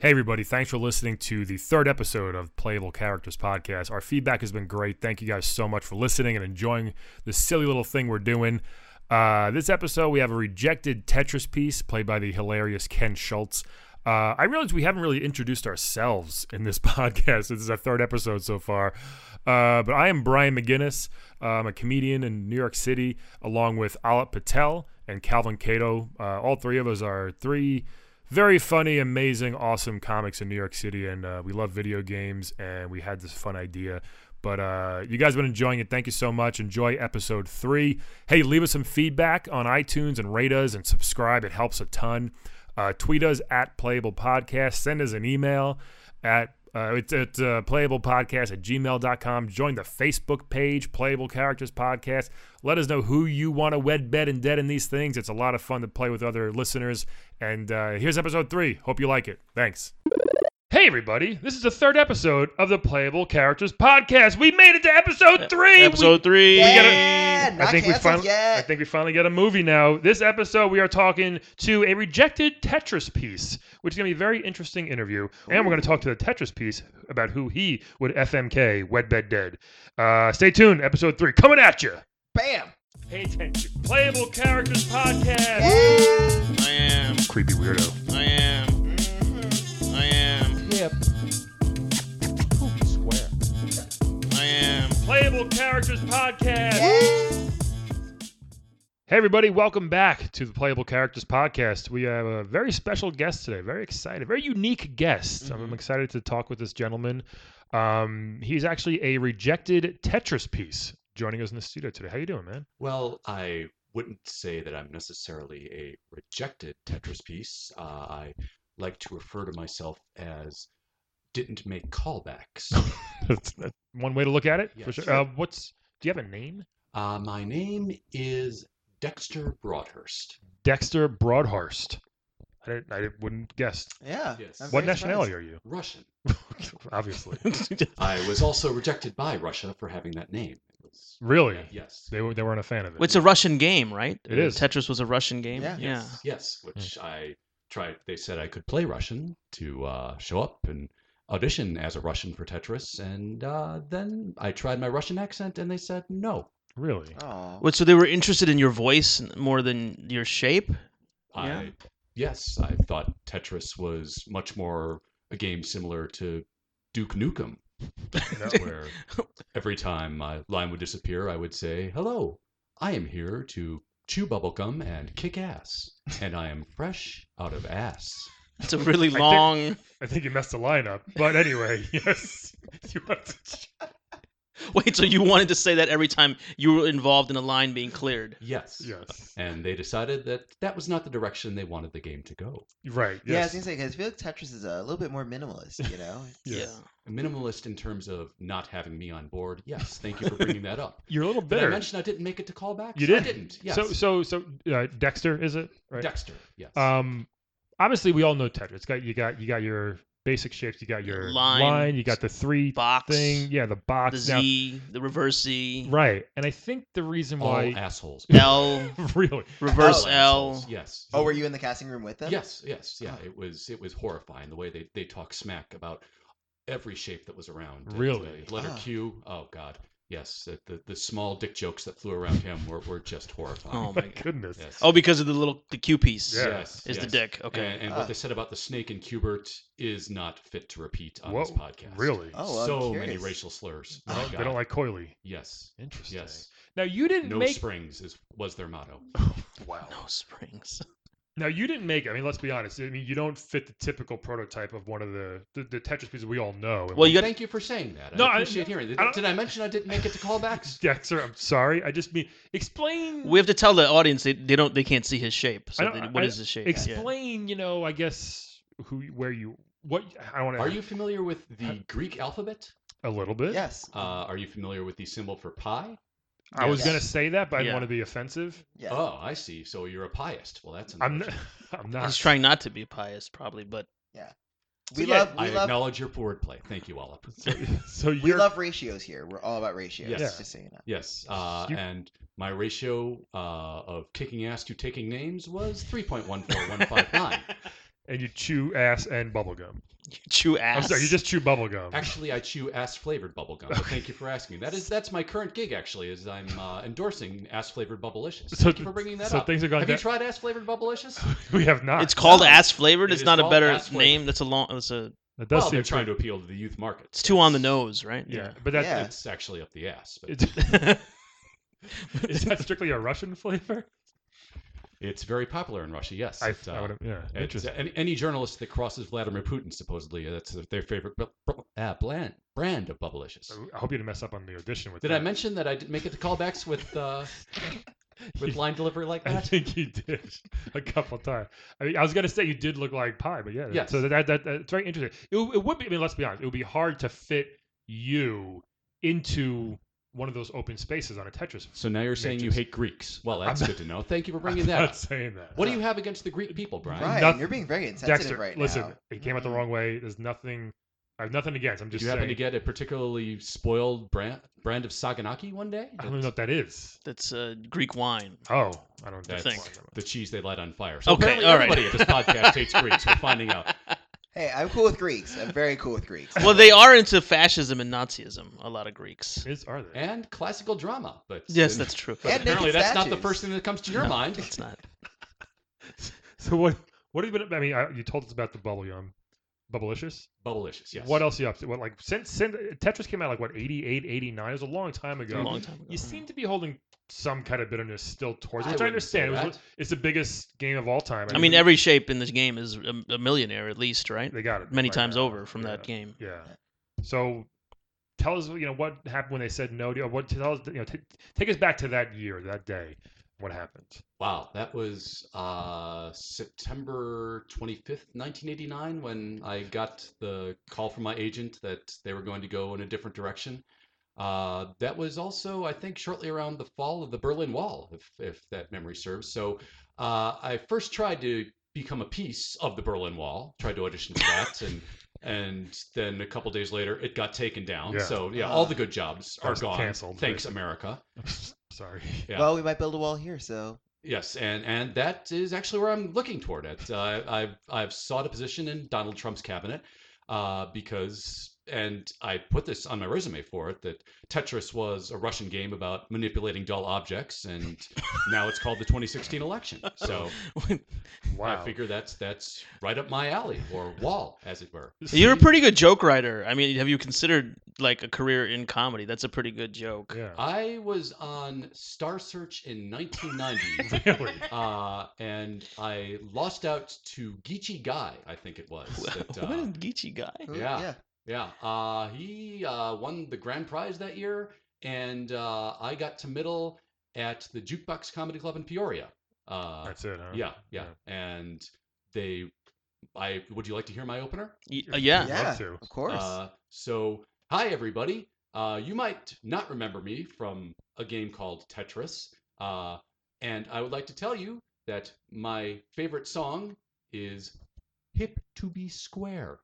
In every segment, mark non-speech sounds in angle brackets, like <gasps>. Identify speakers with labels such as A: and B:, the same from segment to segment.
A: Hey, everybody, thanks for listening to the third episode of Playable Characters Podcast. Our feedback has been great. Thank you guys so much for listening and enjoying the silly little thing we're doing. Uh, this episode, we have a rejected Tetris piece played by the hilarious Ken Schultz. Uh, I realize we haven't really introduced ourselves in this <laughs> podcast. This is our third episode so far. Uh, but I am Brian McGinnis. Uh, I'm a comedian in New York City, along with Alat Patel and Calvin Cato. Uh, all three of us are three very funny, amazing, awesome comics in New York City, and uh, we love video games. And we had this fun idea, but uh, you guys have been enjoying it. Thank you so much. Enjoy episode three. Hey, leave us some feedback on iTunes and rate us and subscribe. It helps a ton. Uh, tweet us at Playable Podcast. Send us an email at uh, it's at uh, playablepodcast at gmail.com. Join the Facebook page, Playable Characters Podcast. Let us know who you want to wed, bed, and dead in these things. It's a lot of fun to play with other listeners. And uh, here's episode three. Hope you like it. Thanks. Hey, everybody. This is the third episode of the Playable Characters Podcast. We made it to episode three.
B: Episode three.
A: We gotta-
C: Yeah,
A: I
C: not
A: think we
C: canceled
A: finally,
C: yet.
A: I think we finally got a movie now. This episode, we are talking to a rejected Tetris piece, which is going to be a very interesting interview. And we're going to talk to the Tetris piece about who he would FMK, Wed Bed Dead. Uh, stay tuned. Episode three coming at you.
C: Bam.
A: Pay attention. Playable Characters Podcast.
C: Yeah.
B: I am.
A: Creepy weirdo.
B: I am.
C: Mhm.
B: I am.
A: Yep. Square.
B: I <laughs> am.
A: Playable Characters Podcast.
C: Yeah.
A: Hey, everybody, welcome back to the Playable Characters Podcast. We have a very special guest today, very excited, very unique guest. I'm
B: Mhm.
A: excited to talk with this gentleman. Um, he's actually a rejected Tetris piece joining us in the studio today. How you doing, man?
D: Well, I wouldn't say that I'm necessarily a rejected Tetris piece. Uh, I like to refer to myself as didn't make callbacks.
A: That's, that's one way to look at it, for
D: Yeah,
A: sure.
D: sure.
A: Uh, what's, do you have a name?
D: Uh, my name is Dexter Broadhurst.
A: Dexter Broadhurst. I, didn't, I didn't- wouldn't guess.
C: Yeah.
D: Yes.
C: I'm
A: What
C: very
A: nationality
C: surprised.
A: are you? <laughs>
D: Russian.
A: Obviously.
D: I was also rejected by Russia for having that name. It was-
A: Really?
D: Yes.
A: They, were, they weren't a fan of it.
B: Well, It's a Russian game, right?
A: It is.
B: Tetris was a Russian game.
C: Yeah.
D: Yes, yes, which I tried. They said I could play Russian to uh, show up and audition as a Russian for Tetris, and uh, then I tried my Russian accent, and they said no.
A: really?
C: Aw.
B: What? So they were interested in your voice more than your shape. Yeah.
D: I yes, I thought Tetris was much more a game similar to
A: <laughs>
D: Duke Nukem, where every time my line would disappear, I would say, "Hello, I am here to." Chew bubblegum and kick ass. And I am fresh out of ass.
B: It's a
A: <laughs>
B: really
A: I think-
B: long. <laughs>
A: I think you messed the line up. But anyway, <laughs> yes. You have to
B: Wait, so you wanted to say that every time you were involved in a line being cleared?
D: Yes.
A: Yes.
D: and they decided that that was not the direction they wanted the game to go.
A: Right.
C: Yeah, I was
A: Yes.
C: gonna say because I feel like Tetris is a little bit more minimalist, you
A: <laughs>
C: know.
A: Yes.
D: Minimalist in terms of not having me on board. Yes, thank you for bringing
A: <laughs>
D: that up.
A: You're a little
D: Did I
A: bitter.
D: mention I didn't make it to callbacks?
A: You
D: I
A: did.
D: didn't. Yes.
A: So so so uh, Dexter is it? Right.
D: Dexter. Yes.
A: Um obviously we all know Tetris. It's got you got you got your basic shapes, you got your
B: Line,
A: you got the three
B: Box.
A: thing, yeah, the box
B: The
A: now-
B: Z, the reverse Z,
A: Right. And I think the reason
D: All
A: why
D: assholes.
B: L,
A: <laughs> really
B: reverse
D: All
B: L.
D: assholes, Yes.
C: Oh, were you in the casting room with them?
D: Yes. Yes. Yeah.
C: Oh.
D: It was. It was horrifying the way they they talk smack about every shape that was around. It's, uh,
A: Really?
D: Letter
C: Ah.
D: Q. Oh God. Yes. The, the the small dick jokes that flew around him were were just horrifying.
B: Oh
A: my
B: my god.
A: goodness.
D: Yes.
B: Oh, because of the little the Q piece
A: Yeah.
D: Yes.
B: is the
D: yes.
B: dick. Okay.
D: And, and
C: Ah.
D: what they said about the snake and Cubert is not fit to repeat on
A: Whoa,
D: this podcast.
A: Really?
C: Oh, well, I'm
D: so many
C: curious.
D: racial slurs.
A: They
D: My
A: don't- they
D: God.
A: don't like coily.
D: Yes.
A: Interesting.
D: Yes.
A: Now you didn't
D: No
A: make
D: springs is was their motto.
A: wow.
B: No springs.
A: Now you didn't make. I mean, let's be honest. I mean, you don't fit the typical prototype of one of the the, the Tetris pieces we all know. And <laughs>
B: Well, you got
D: Thank you for saying that.
A: No,
D: I
A: I-
D: appreciate hearing. it.
A: I don't-
D: Did I mention I didn't make it
A: <laughs>
D: to callbacks?
A: Dexter, I'm sorry. I just mean explain.
B: <laughs> we have to tell the audience they, they don't they can't see his shape.
A: I
B: So
A: don't-
B: they,
A: I-
B: what
A: I-
B: is the shape? Yeah.
A: explain. You know, I guess who, where you, what. I want to.
D: Are you familiar with the Greek alphabet?
A: <laughs> a little bit?
C: Yes.
D: Uh, are you familiar with the symbol for pi?
A: I was
C: Yes.
A: gonna say that, but I didn't
B: Yeah.
A: want to be offensive.
C: Yeah.
D: Oh, I see. So you're a piist. Well, that's
A: I'm. Not, <laughs>
D: unfortunate.
A: I'm not.
B: He's trying not to be pious, probably, but
C: we
A: yeah,
C: love.
D: I
C: We love.
D: acknowledge your wordplay. Thank you, Olip.
A: <laughs> So, <laughs> so
C: We
A: you're.
C: love ratios here. We're all about ratios.
D: Yes.
C: Just so you know.
D: Yes, uh,
A: You-
D: and
A: <laughs>
D: my ratio uh, of kicking ass to taking names was 3.14159.
A: and you chew ass and bubblegum.
B: You <laughs> chew
A: I'm
B: ass.
A: sorry, you just chew bubblegum.
D: Actually, I chew ass flavored bubblegum. But thank you for asking. That is that's my current gig. Actually, is I'm uh, endorsing ass flavored
A: <laughs>
D: bubblicious.
A: So-
D: Thank you for bringing that
A: so
D: up.
A: things are going
D: Have you
A: down-
D: tried ass flavored
A: <laughs>
D: bubblicious?
A: we have not.
B: It's called
D: No,
B: ass flavored.
D: it
B: It's
D: is
B: not a
D: called
B: better
D: ass-flavored.
B: name. That's a long. That's a.
A: that does
D: well, they're
A: seem
D: trying to appeal to the youth market.
B: It's too on the nose, right?
A: pretty- Yeah, but that's
C: Yeah.
D: It's actually up the ass. But
A: it's-
B: Yeah.
A: <laughs>
B: <laughs>
A: is that strictly a Russian flavor?
D: it's very popular in Russia. Yes.
A: I,
D: It,
A: I
D: uh,
A: would yeah,
D: it's-
A: interesting.
D: any, any journalist that crosses Vladimir Putin, supposedly, uh, that's their favorite bu- bu- uh, brand, brand of bubblicious.
A: I hope you didn't mess up on the audition with
D: Did
A: that.
D: I mention that I did make it the callbacks with uh, with line delivery like
A: <laughs> I
D: that?
A: think you did <laughs> a couple times. I mean, I was gonna say you did look like pie, but yeah. that-
D: Yes.
A: So that, that, that it's very interesting. It, w- it would be. I mean, let's be honest. It would be hard to fit you into one of those open spaces on a Tetris. <laughs>
D: So now you're saying you
A: Matrix.
D: hate Greeks. Well, that's
A: I'm-
D: good to know. Thank you for
A: I'm
D: bringing
A: not <laughs>
D: that. up.
A: saying that.
D: What do you have against the Greek people, Brian?
C: Brian,
A: Noth-
C: you're being very insensitive
A: Dexter?
C: right
A: listen,
C: now. Mm-hmm.
A: it came out
D: Mm-hmm.
A: the wrong way. There's nothing. I have nothing against. I'm
D: Did
A: just
D: you happen
A: saying.
D: to get a particularly spoiled brand brand of Saganaki one day?
A: I don't even know what that is.
B: That's uh, Greek wine.
A: Oh, I don't
D: That's-
A: think.
D: The cheese they light on fire. So
B: Okay,
D: apparently
B: all right.
D: everybody at this podcast hates Greeks. We're finding out.
C: Hey, I'm cool with Greeks. I'm very cool with Greeks.
B: Well, they are into fascism and Nazism. A lot of Greeks.
A: Is are there?
D: And classical drama. But
B: Yes, that's true.
D: But
C: And
D: apparently
C: naked
D: that's not the
C: statues.
D: first thing that comes to your
B: No,
D: mind.
B: It's not.
A: <laughs> So what? What have you been? I mean, I, you told us about the bubblegum, bubblicious.
D: Bubblicious, yes.
A: What else are you up to? What like since, since Tetris came out like what 88, 89? It was a long time
B: It's
A: ago.
B: a long time ago.
A: You seem to be holding some kind of bitterness still towards,
D: I
A: it, which I,
D: wouldn't say
A: understand. It was,
D: that.
A: it's the biggest game of all time.
B: I mean, every shape in this game is a, a millionaire at least, right?
A: they got it
B: Many
A: right
B: times
A: now.
B: over from
A: yeah.
B: that game.
A: Yeah. So tell us, you know, what happened when they said no. to- What tell us, you know, t- take us back to that year, that day. What happened? <laughs>
D: Wow, that was uh, September 25th, 1989, when I got the call from my agent that they were going to go in a different direction. Uh, that was also, I think, shortly around the fall of the Berlin Wall, if, if that memory serves. So uh, I first tried to become a piece of the Berlin Wall, tried to audition for that, and and then a couple days later it got taken down.
A: Yeah.
D: So yeah, all
C: Ah.
D: the good jobs
A: That
D: are
A: was
D: gone.
A: canceled,
D: Thanks,
A: basically.
D: America.
B: <laughs>
A: Sorry.
D: Yeah.
C: Well, we might build a wall here, so
D: Yes, and and that is actually where I'm looking toward it. Uh, I've I've sought a position in Donald Trump's cabinet uh, because, and I put this on my resume for it that Tetris was a Russian game about manipulating dull objects, and now it's called the
A: <laughs>
D: 2016 election. So
A: Wow.
D: I figure that's that's right up my alley or wall, as it were.
B: You're a pretty good joke writer. I mean, have you considered like a career in comedy? That's a pretty good joke.
A: Yeah.
D: I was on Star Search in
B: <laughs>
D: 1990.
A: really.
D: Uh, and I lost out to Geechee Guy, I think it was.
A: <laughs>
D: that,
B: <laughs>
D: uh,
B: what a geeky guy.
C: who-
D: Yeah.
C: yeah.
D: Yeah, uh, he uh, won the grand prize that year, and uh, I got to middle at the Jukebox Comedy Club in Peoria. Uh,
A: That's it. Huh?
D: yeah, yeah, and they, I would you like to hear my opener?
B: Y- uh, yeah.
A: I'd love
C: Yeah,
A: to.
C: Of course.
D: Uh, so, hi everybody. Uh, you might not remember me from a game called Tetris, uh, and I would like to tell you that my favorite song is "Hip to Be Square."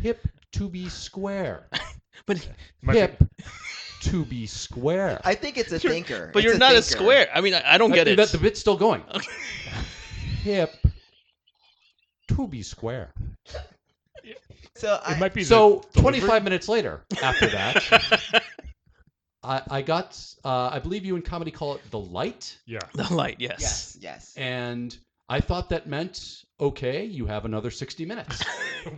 D: Hip to be square.
B: But
A: Might be-
D: hip to be square.
C: <laughs> I think it's a
B: You're-
C: thinker.
B: but
C: It's
B: you're not a
C: thinker.
B: square. I mean, I, I don't get
D: Uh,
B: it.
D: That
B: <laughs>
D: the bit's still going.
B: Okay.
D: Hip to be square.
C: So
A: It
C: I,
A: might be the
D: So
A: delivery.
D: 25 minutes later, after that, <laughs> I, I got. Uh, I believe you in comedy call it the light,
A: Yeah.
B: <laughs> the light, yes.
C: yes, yes.
D: and I thought that meant okay, you have another 60 minutes.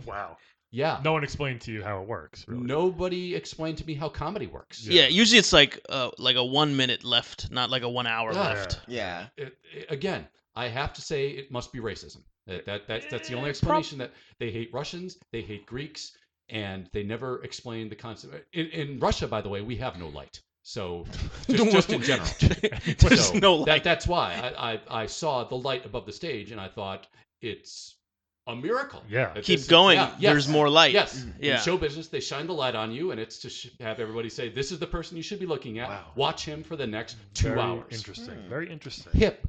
A: wow.
D: Yeah.
A: No one explained to you how it works. Really.
D: Nobody explained to me how comedy works.
A: Yeah.
B: Yeah. usually it's like uh, like a one minute left, not like a one hour
D: Yeah.
B: left.
C: Yeah.
D: it, it- eh, again, I have to say it must be racism. That, that, that that's the only
A: Eh,
D: explanation that they hate Russians, they hate Greeks, and they never explain the concept. eh, In, in Russia, by the way, we have no light.
A: <laughs>
D: So <laughs> just, just in general.
B: <laughs> There's
D: So
B: no
D: that- <laughs>
B: light.
D: that's why I, I, I saw the light above the stage and I thought it's a miracle.
A: Yeah.
D: that
B: Keep
D: this is-
B: going.
D: yeah, yes,
B: There's more light. Mm,
D: Yes.
B: Yeah.
D: In show business, they shine the light on you, and it's to sh- have everybody say, "This is the person you should be looking at.
A: Wow.
D: Watch him for the next two
A: Very
D: hours."
A: Interesting.
C: Hmm.
A: Very interesting.
D: Hip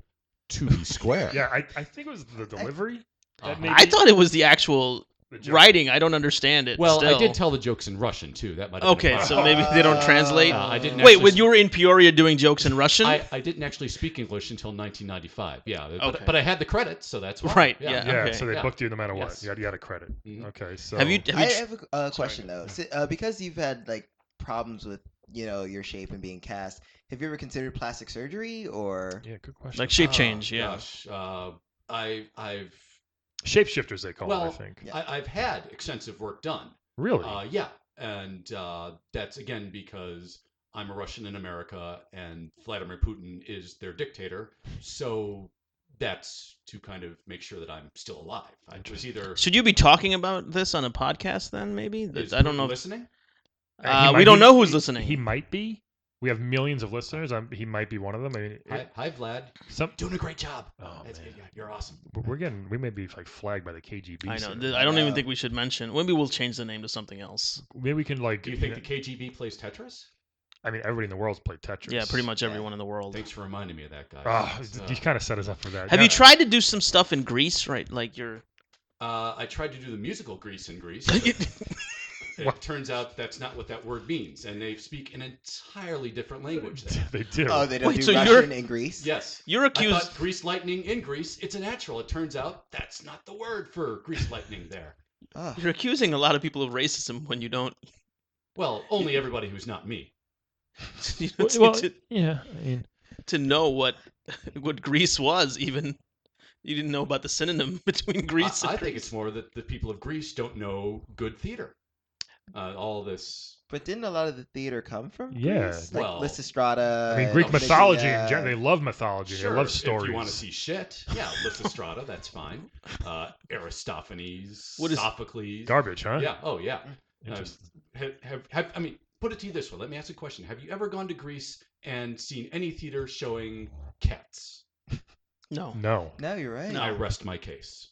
D: to be square.
A: <laughs> Yeah, I, I think it was the delivery.
D: Uh-huh.
A: That made
B: I
A: me-
B: thought it was the actual
A: The joke.
B: Writing, I don't understand it.
D: Well, I
B: still.
D: did tell the jokes in Russian too. That might. Have been a
B: Okay, so
D: problem.
B: maybe they don't translate.
D: Uh, I didn't.
B: Wait,
D: actually
B: when you were in Peoria doing jokes in Russian?
D: I, I didn't actually speak English until 1995. Yeah, but,
B: Okay.
D: but I had the credits, so that's why.
B: Right,
A: Yeah,
B: okay, Mm-hmm.
A: so they
D: yeah.
A: booked you no matter what.
D: Yes.
A: You, got, you got a credit.
D: Mhm.
A: Okay, so
B: have you? Have
C: I
B: you tr-
C: have a uh,
B: Sorry.
C: question though. Si- uh, because you've had like problems with you know your shape and being cast, have you ever considered plastic surgery or?
A: Yeah, good question.
B: like shape
D: Ah,
B: change? Yeah.
D: Gosh, uh, I I've
A: Shapeshifters, they call it, I
D: Well,
A: think.
C: Yeah.
D: I, I've had extensive work done.
A: Really?
D: Uh, yeah, and uh, that's again because I'm a Russian in America, and Vladimir Putin is their dictator. So that's to kind of make sure that I'm still alive. I was either.
B: Should you be talking about this on a podcast then? Maybe That-
D: is
B: I don't
D: Putin
B: know. if-
D: Listening?
A: Uh, he
B: Uh, we
A: might-
B: don't
A: he-
B: know who's
A: he-
B: listening.
A: He might be. We have millions of listeners. I'm, he might be one of them. I mean,
D: Hi, hi, Vlad.
A: some
D: Doing a great job.
A: Oh,
D: That's
A: man.
D: good. You're awesome.
A: we're getting. We may be like flagged by the KGB.
B: I know.
A: soon.
B: th- I don't even
C: Uh,
B: think we should mention. Maybe we'll change the name to something else.
A: Maybe we can like.
D: Do you
A: you
D: think
A: know-
D: the KGB plays Tetris?
A: I mean, everybody in the world's played Tetris.
B: Yeah, pretty much
C: Yeah.
B: everyone in the world.
D: Thanks for reminding me of that, uh, guy.
A: Ah, you kind of set us up for that.
B: Have
A: Yeah.
B: you tried to do some stuff in Greece? Right, like you're.
D: Uh, I tried to do the musical Grease
A: <laughs>
D: in Greece. but
A: What?
D: it turns out that's not what that word means, and they speak an entirely different
A: <laughs>
D: language there.
A: they do.
C: Oh, they don't
B: Wait,
C: do
B: so you're-
C: Russian in Greece.
D: Yes.
B: <laughs> You're
D: I
B: accused.
D: thought Grease lightning in Greece. It's a natural. It turns out that's not the word for Grease lightning there.
C: Ugh.
B: You're accusing a lot of people of racism when you don't. <laughs>
D: Well, only everybody who's not me.
B: you
A: Well,
B: don't seem
A: well,
C: <laughs>
B: to,
A: yeah. I mean,
B: to know what <laughs> what Greece was even. You didn't know about the synonym <laughs> between Greece.
D: I,
B: and
D: I think
B: Greece.
D: it's more that the people of Greece don't know good theater. Uh, all this.
C: But didn't a lot of the theater come from
A: Yeah.
C: Greece? Like
D: Well,
C: Lysistrata.
A: I mean,
C: and uh,
A: Greek
D: obviously,
A: mythology
C: Lydia.
A: in general. They love mythology.
D: Sure,
A: they love
D: If
A: stories.
D: you want to see shit, yeah, Lysistrata, that's fine. Uh, Aristophanes,
B: What is-
D: Sophocles.
A: garbage, huh?
D: Yeah. Oh, yeah. Uh,
A: Interesting.
D: have, have, have, I mean, put it to you this way. Let me ask you a question. Have you ever gone to Greece and seen any theater showing cats?
B: no.
A: No.
C: No, you're right.
D: I rest my case.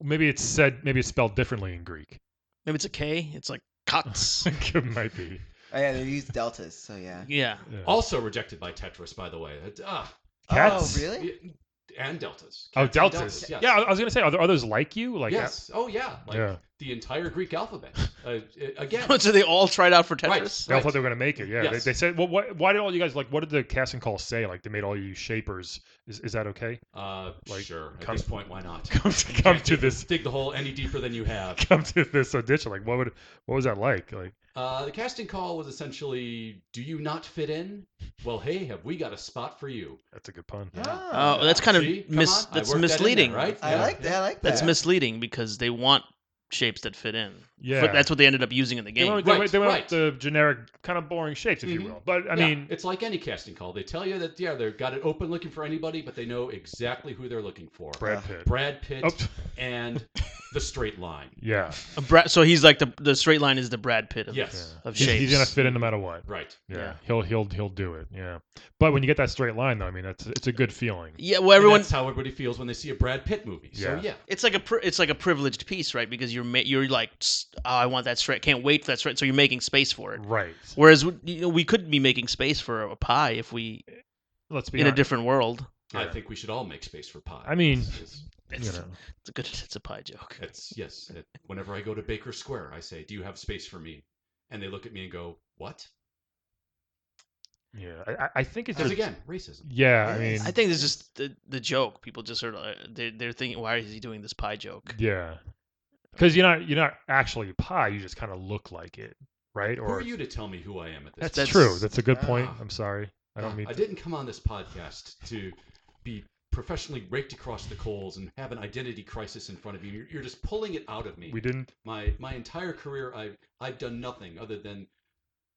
A: Maybe it's said. Maybe it's spelled differently in Greek. <laughs>
B: Maybe it's a K. It's like cuts.
A: it might be.
C: Oh, yeah, they use deltas, so yeah.
B: yeah. <laughs>
A: Yeah. Oh,
D: Also rejected by Tetris, by the way. That- ah,
A: Cats?
C: Oh, really?
D: y- and deltas.
A: Oh,
D: Cats and
A: deltas.
D: yes.
A: Yeah, I I was gonna say, are, there, are those like you? Like,
D: yes. Oh, yeah. Like
A: Yeah.
D: the entire Greek alphabet. Uh, i- again.
B: so they all tried out for
D: Right.
B: Tetris.
A: They all
D: Right.
A: thought they were gonna make it. Yeah.
D: Yes.
A: They, they said, well, what, why did all you guys like? What did the casting call say? Like, they made all you shapers. Is, is that okay? <laughs>
D: Uh,
A: Like,
D: sure. At
A: come-
D: this point, why not?
A: <laughs> Come to, come to this.
D: Dig the hole any deeper than
A: <laughs>
D: you have.
A: Come to this audition. Like, what would? What was that like? Like,
D: Uh, the casting call was essentially, "Do you not fit in? Well, hey, have we got a spot for you?"
A: that's a good pun.
C: Oh,
B: Oh, that's kind of
D: See? Come
B: mis-
D: on,
B: that's
D: I worked that in there,
B: misleading.
D: right?
C: I
D: Yeah.
C: like that. I like that.
B: That's misleading because they want shapes that fit in.
A: Yeah.
B: But that's what they ended up using in the
A: They
B: game.
A: went, they
D: Right,
A: went, they went with
D: right.
A: the generic, kind of boring shapes, if you
D: Mhm.
A: will. But I
D: Yeah,
A: mean,
D: it's like any casting call. They tell you that yeah, they've got it open, looking for anybody, but they know exactly who they're looking for.
A: Brad
C: Uh,
A: Pitt.
D: Brad Pitt
A: Oh, <laughs>
D: and the Straight Line.
A: yeah.
B: A Bra- so he's like the the straight line is the Brad Pitt of
D: Yes,
A: yeah.
B: of
A: he's, he's gonna
B: shapes.
A: fit in no matter what.
D: right.
A: Yeah.
B: Yeah.
A: He'll he'll he'll do it. Yeah. But when you get that straight line, though, I mean, that's it's a good feeling.
B: Yeah, well,
D: And
B: everyone.
D: that's how everybody feels when they see a Brad Pitt movie. So
A: Yeah.
D: yeah,
B: It's like a pri- it's like a privileged piece, right? Because you're ma- you're like, "Tss, oh, I want that straight. Can't wait for that straight. So you're making space for it.
A: Right.
B: Whereas w- you know, we could be making space for a pie if we
A: Let's be
B: in a
A: honest.
B: different world.
D: I
A: Yeah.
D: think we should all make space for pie.
A: I mean-
D: It's- it's-
B: It's,
A: You know.
B: it's a good. It's a pie joke.
D: it's- yes. it- whenever I go to Baker Square, I say, "Do you have space for me?" And they look at me and go, "What?"
A: Yeah. I- I, I think it's
D: Because
A: just-
D: again, racism.
A: Yeah. I
C: It
A: mean.
C: is.
B: I think this is just the, the joke. People just are uh, they're, they're thinking, why is he doing this pie joke?
A: Yeah. Because you're not you're not actually pie. You just kind of look like it, right?
D: Who
A: Or
D: are you to tell me who I am at this?
A: that's,
D: point?
A: true. That's a good point.
D: Ah.
A: I'm sorry. I don't mean.
D: I
A: to-
D: didn't come on this podcast to be professionally raked across the coals and have an identity crisis in front of you. You're, you're just pulling it out of me.
A: We didn't.
D: my my entire career, I've I've done nothing other than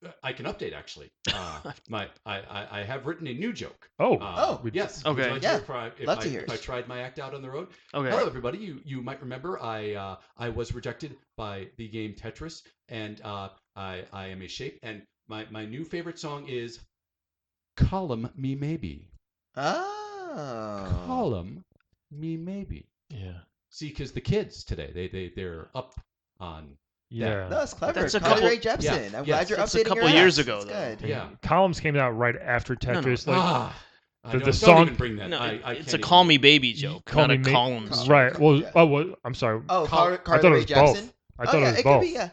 D: uh, I can update actually. Uh, my I, I I have written a new joke.
A: Oh.
D: Uh,
C: Oh,
A: we-
D: yes.
B: Okay.
D: Would you like to
C: Yeah,
D: hear if I- if
C: love to
D: I-
C: hear
D: If I
C: it.
D: tried my act out on the road.
B: Okay.
D: Hello, everybody. You you might remember I uh, I was rejected by the game Tetris, and uh, I I am a shape, and my my new favorite song is "Column Me Maybe."
C: Oh.
D: Column Me Maybe.
A: yeah.
D: See, because the kids today they they they're up on
A: Yeah.
C: No, that's clever.
B: That's a
C: Carly
B: couple-
C: Rae Jepsen. I'm glad
D: yes,
C: you're
B: that's a
C: updating
B: couple
C: your
B: years
C: apps.
B: ago,
C: It's
B: though.
C: good.
A: Yeah.
D: yeah.
A: Columns came out right after
B: No, no.
A: Tetris. Like,
D: ah.
A: the-
D: I don't-
A: the
D: don't
A: song-
D: even bring that.
B: No,
D: I,
B: it-
D: I
B: it's a
D: can't
B: call
D: even-
B: me baby joke,
A: Call
B: not a
A: Me Ma-
B: columns.
C: Col-
A: right. Well.
C: Yeah.
A: Oh. Well, I'm sorry.
C: Oh,
D: Col-
C: Car-
A: I
C: Carly
A: thought it
C: Rae
A: was both.
C: Jepsen.
A: I thought
C: yeah,
A: it was
C: it
A: both.
C: could be. Yeah.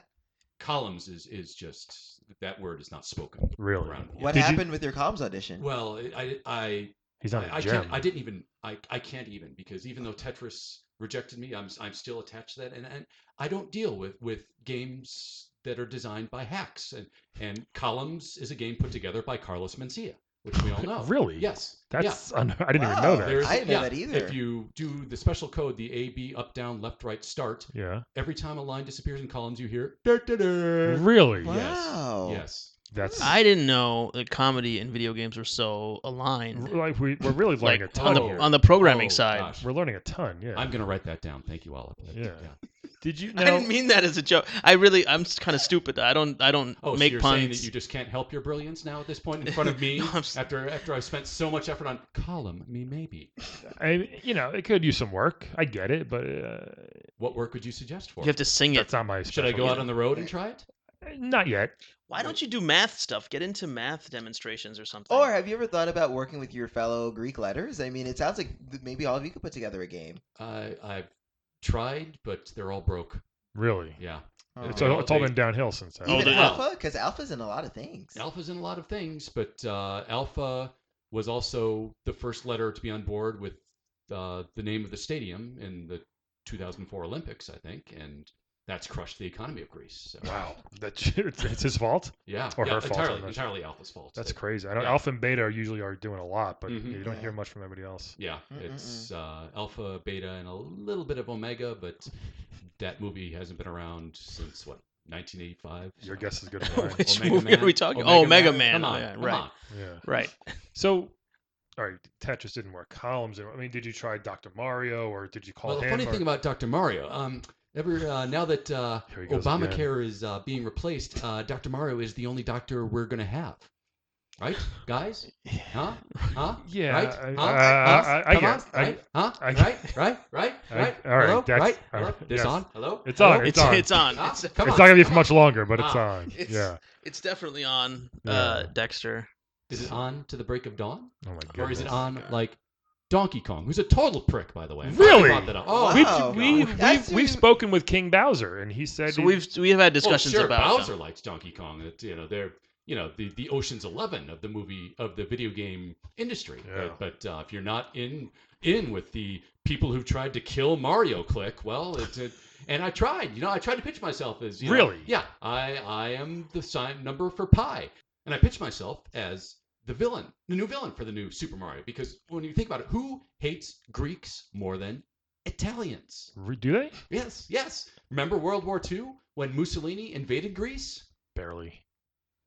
D: Columns is is just that word is not spoken
A: Really?
D: around. here.
C: What
A: Did you-
C: happened with your comms audition?
D: Well, I I
A: He's
D: I,
A: not a
D: I
A: gem.
D: can't. I didn't even. I I can't even because even though Tetris rejected me, I'm s- I'm still attached to that, and, and I don't deal with with games that are designed by hacks and and Columns is a game put together by Carlos Mencia, which
A: <laughs>
D: we all know.
A: Really?
D: Yes. yeah.
A: That's un- I didn't even
C: Wow.
A: know
D: There
A: that.
D: is-
C: I didn't know that either.
D: If you do the special code, the A B up down left right start,
A: Yeah.
D: every time a line disappears in Columns, you hear. "Da-da-da."
A: Really?
D: Yes.
C: Wow.
D: Yes.
A: That's
B: I didn't know that comedy and video games were so aligned.
A: like we we're really
B: Like
A: learning a
B: on
A: ton
B: the
A: here.
B: on the programming
D: Oh,
B: side.
D: gosh.
A: We're learning a ton. Yeah.
D: I'm gonna write that down. Thank you, Olive.
A: Yeah. Did you
B: I
A: know?
B: didn't mean that as a joke. I really I'm kind of stupid. I don't I don't
D: Oh,
B: make
D: so you're saying
B: puns.
D: that you just can't help your brilliance now at this
B: <laughs>
D: point in front of me
B: No, I'm s-
D: after after I've spent so much effort on column me maybe.
A: I, you know, it could use some work. I get it, but uh,
D: What work would you suggest for?
B: You have to sing it.
A: that's not my.
D: Should I go
A: specialty.
D: out
A: Uh,
D: on the road and try it?
A: Not yet.
B: Why don't you do math stuff? Get into math demonstrations or something.
C: Or have you ever thought about working with your fellow Greek letters? I mean, it sounds like th- maybe all of you could put together a game.
D: I I've tried, but they're all broke.
A: Really.
D: Yeah,
A: It's,
D: Oh.
A: all, it's all been downhill since then.
B: Oh,
C: Even
B: they-
C: alpha, because alpha's in a lot of things.
D: Alpha's in a lot of things, but uh, Alpha was also the first letter to be on board with uh, the name of the stadium in the 2004 Olympics, I think, and that's crushed the economy of Greece. So,
A: Wow, that's <laughs> it's, it's his fault.
D: Yeah,
A: Or
D: yeah,
A: her fault,
D: entirely
A: I'm not sure.
D: entirely Alpha's fault.
A: That's
D: That-
A: crazy. I know
D: Yeah.
A: Alpha and Beta are usually are doing a lot, but
D: Mhm.
A: you don't
C: Yeah.
A: hear much from everybody else.
D: Yeah,
C: Mm, mm,
D: it's uh, Alpha, Beta, and a little bit of Omega, but that movie hasn't been around since what 1985.
A: Your
D: So-
A: guess is <laughs> good as mine.
B: Which movie are we talking- oh, Omega Man.
D: Come on,
B: Yeah,
D: come
B: right.
D: on.
A: yeah.
B: right.
A: So, all right, Tetris didn't work. Columns. didn't work. I mean, did you try Dr. Mario or did you call
D: Well, the
A: him?
D: funny
A: or-
D: thing about Dr. Mario, um, ever uh, now that uh,
A: Here he goes again.
D: Obamacare is uh, being replaced, uh, Dr. Mario is the only doctor we're gonna have, right, guys? Huh? Huh?
A: yeah,
D: Right?
A: I,
D: Huh?
A: uh,
D: Huh?
A: I, I
D: Come
A: guess.
D: on, right? Huh?
A: I-
D: right? Right? Right?
A: I-
D: Right?
A: all right,
D: Hello?
A: that's-
D: right?
A: all
D: Hello?
A: right,
D: This
A: yes.
D: on? Hello?
A: It's
D: Hello?
A: on,
B: It's
A: on.
B: it's
D: <laughs>
B: on.
D: Huh?
B: It's,
D: Come
A: it's not
D: on,
A: gonna be for
D: come
A: much longer, but it's
D: Ah.
A: on.
B: It's-
A: yeah.
B: it's definitely on
A: Yeah.
B: uh, Dexter.
D: <laughs> Is it on to the break of dawn?
A: Oh my god.
D: Or is it on like Donkey Kong, who's a total prick, by the way? I'm glad I
A: Really?
D: brought that up. Oh,
A: We've
C: Wow.
A: we've,
C: That's
A: we've,
C: who-
A: we've spoken with King Bowser, and he said
B: So
A: he-
B: we've we have had
D: well,
B: discussions
D: sure,
B: about
D: Bowser
B: them.
D: likes Donkey Kong. It, you know, they're you know the, the Ocean's Eleven of the movie of the video game industry.
A: Yeah.
D: But, uh, if you're not in in with the people who tried to kill Mario, click. Well, it's it, and I tried. You know, I tried to pitch myself as you know,
A: Really?
D: yeah. I I am the sign number for pi, and I pitched myself as the villain, the new villain for the new Super Mario. Because when you think about it, who hates Greeks more than Italians?
A: Re- do they
D: Yes, yes. Remember World War II when Mussolini invaded Greece?
A: barely.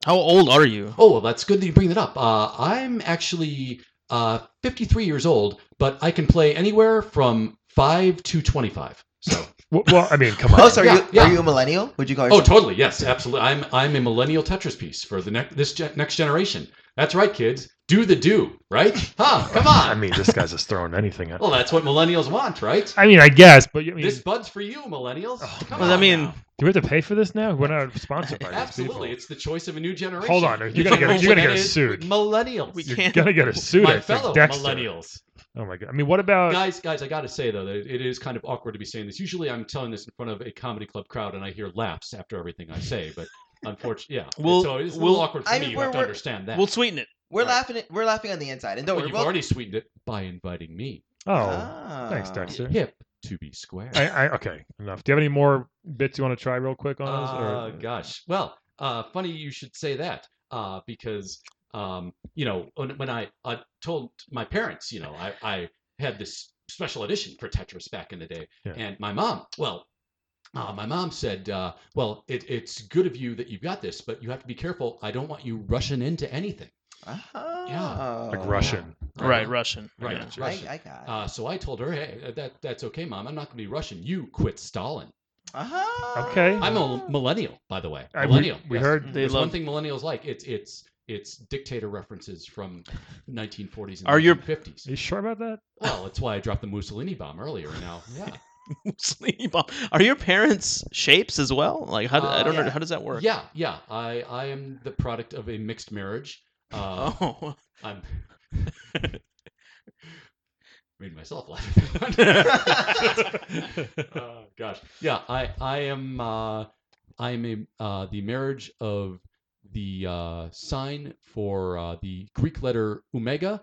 B: How old are you?
D: Oh, well, that's good that you bring that up. Uh, I'm actually uh, 53 years old, but I can play anywhere from 5 to 25.
A: <laughs>
D: So,
A: Well, well, I
D: <laughs>
A: mean, come on.
C: Oh, so are
D: Yeah,
C: you
D: yeah.
C: are you a millennial? Would you call
D: oh,
C: yourself?
D: totally. Yes, absolutely. I'm I'm a millennial Tetris piece for the next this gen next generation. That's right, kids. Do the do,
A: <laughs>
D: right? Huh? Come on.
A: I mean, this guy's just throwing anything at.
D: well, that's what millennials want, right?
A: I mean, I guess, but I mean,
D: This bud's for you, millennials.
A: Oh,
D: Come
B: Well,
D: on
B: I mean,
D: now.
A: do we have to pay for this now? We're not sponsored by these people.
D: absolutely, it's the choice of a new generation.
A: Hold on, you're gonna get you're gonna get sued.
D: Millennials.
B: We
A: You're
B: can't-
A: gonna get a suit. I
D: my
A: think,
D: fellow
A: Dexter.
D: millennials.
A: Oh my god. I mean, what about?
D: Guys, guys, I gotta say though that it is kind of awkward to be saying this. Usually, I'm telling this in front of a comedy club crowd, and I hear laughs after everything I say. But unfortunately, yeah,
B: We'll-
D: so it's a
B: we'll-
D: little awkward for
C: I
D: me.
C: mean,
D: You have
C: we're-
D: to
C: we're-
D: understand that.
B: We'll sweeten it.
C: We're
A: uh,
D: Right.
C: laughing. At, we're laughing on the inside, and don't
D: Well,
C: worry.
D: you've
C: we'll-
D: already sweetened it by inviting me.
A: oh,
C: Ah.
A: thanks, Dexter.
D: Hip to be square.
A: I, I okay enough. Do you have any more bits you want to try real quick on us? or-
D: Uh, gosh. Well, uh, funny you should say that uh, because um, you know when, when I uh, told my parents, you know, I, I had this special edition for Tetris back in the day,
A: Yeah.
D: and my mom, well. Uh, my mom said, uh, "Well, it, it's good of you that you've got this, but you have to be careful. I don't want you rushing into anything."
C: Oh.
A: like Russian.
B: Right, Mm. Russian.
D: Right.
B: Yeah.
C: I,
D: Russian.
C: I got. It.
D: Uh, so I told her, "Hey, uh, that that's okay, mom. I'm not going to be Russian. You quit Stalin.
C: Ah.
A: Okay.
D: I'm a millennial, by the way.
A: I- we-
D: millennial.
A: We,
D: yes.
A: heard.
B: They
D: There's one
B: love.
D: thing millennials like. It's it's it's dictator references from 1940s and
B: Are your-
D: 1950s.
A: Are
B: <laughs>
A: you sure about that?
D: Well, that's why I dropped the Mussolini bomb earlier.
B: <laughs>
D: Now, yeah,
B: Mussolini bomb. Are your parents shapes as well? Like how? do- I
D: Uh,
B: don't know.
C: yeah.
B: How does that work?
D: yeah, yeah. I I am the product of a
B: <laughs>
D: mixed marriage. Uh,
B: Oh,
D: I'm made myself laugh. <laughs> uh, gosh, yeah, I I am uh, I am a, uh, the marriage of the uh, sign for uh, the Greek letter omega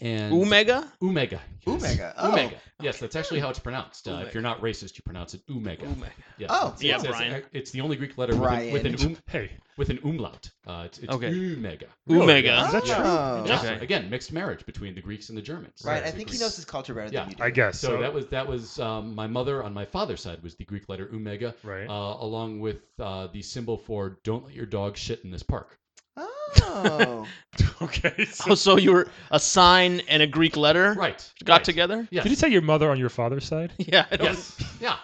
D: and
B: Omega?
D: omega. yes.
C: Omega, oh.
D: Omega. Yes, that's actually how it's pronounced. Uh,
B: Omega.
D: if you're not racist, you pronounce it omega.
B: Omega.
D: Yes.
C: Oh,
D: it's,
B: Yeah,
D: it's, it's-
B: Brian.
D: it's the only Greek letter with an, with an
C: Brian.
D: um,
A: Hey,
D: with an umlaut. Uh, it's it's
B: Okay.
D: omega.
A: Really?
B: Omega.
A: Is that true?
C: Oh.
D: Yeah,
B: Okay.
D: Again, mixed marriage between the Greeks and the Germans.
C: Right,
D: The
C: I think he
D: Greeks-
C: knows his culture better
D: Yeah,
C: than you do.
A: I guess
D: So, that was that was um, my mother on my father's side was the Greek letter omega,
A: right.
D: uh, along with uh, the symbol for "Don't let your dog shit in this park."
C: Oh,
A: <laughs> okay.
B: Oh, so you were a sign and a Greek letter
D: Right.
B: got
D: right.
B: together?
D: Yes.
A: Did you say your mother on your father's side?
B: <laughs> Yeah. I don't-
D: Yes. Yeah.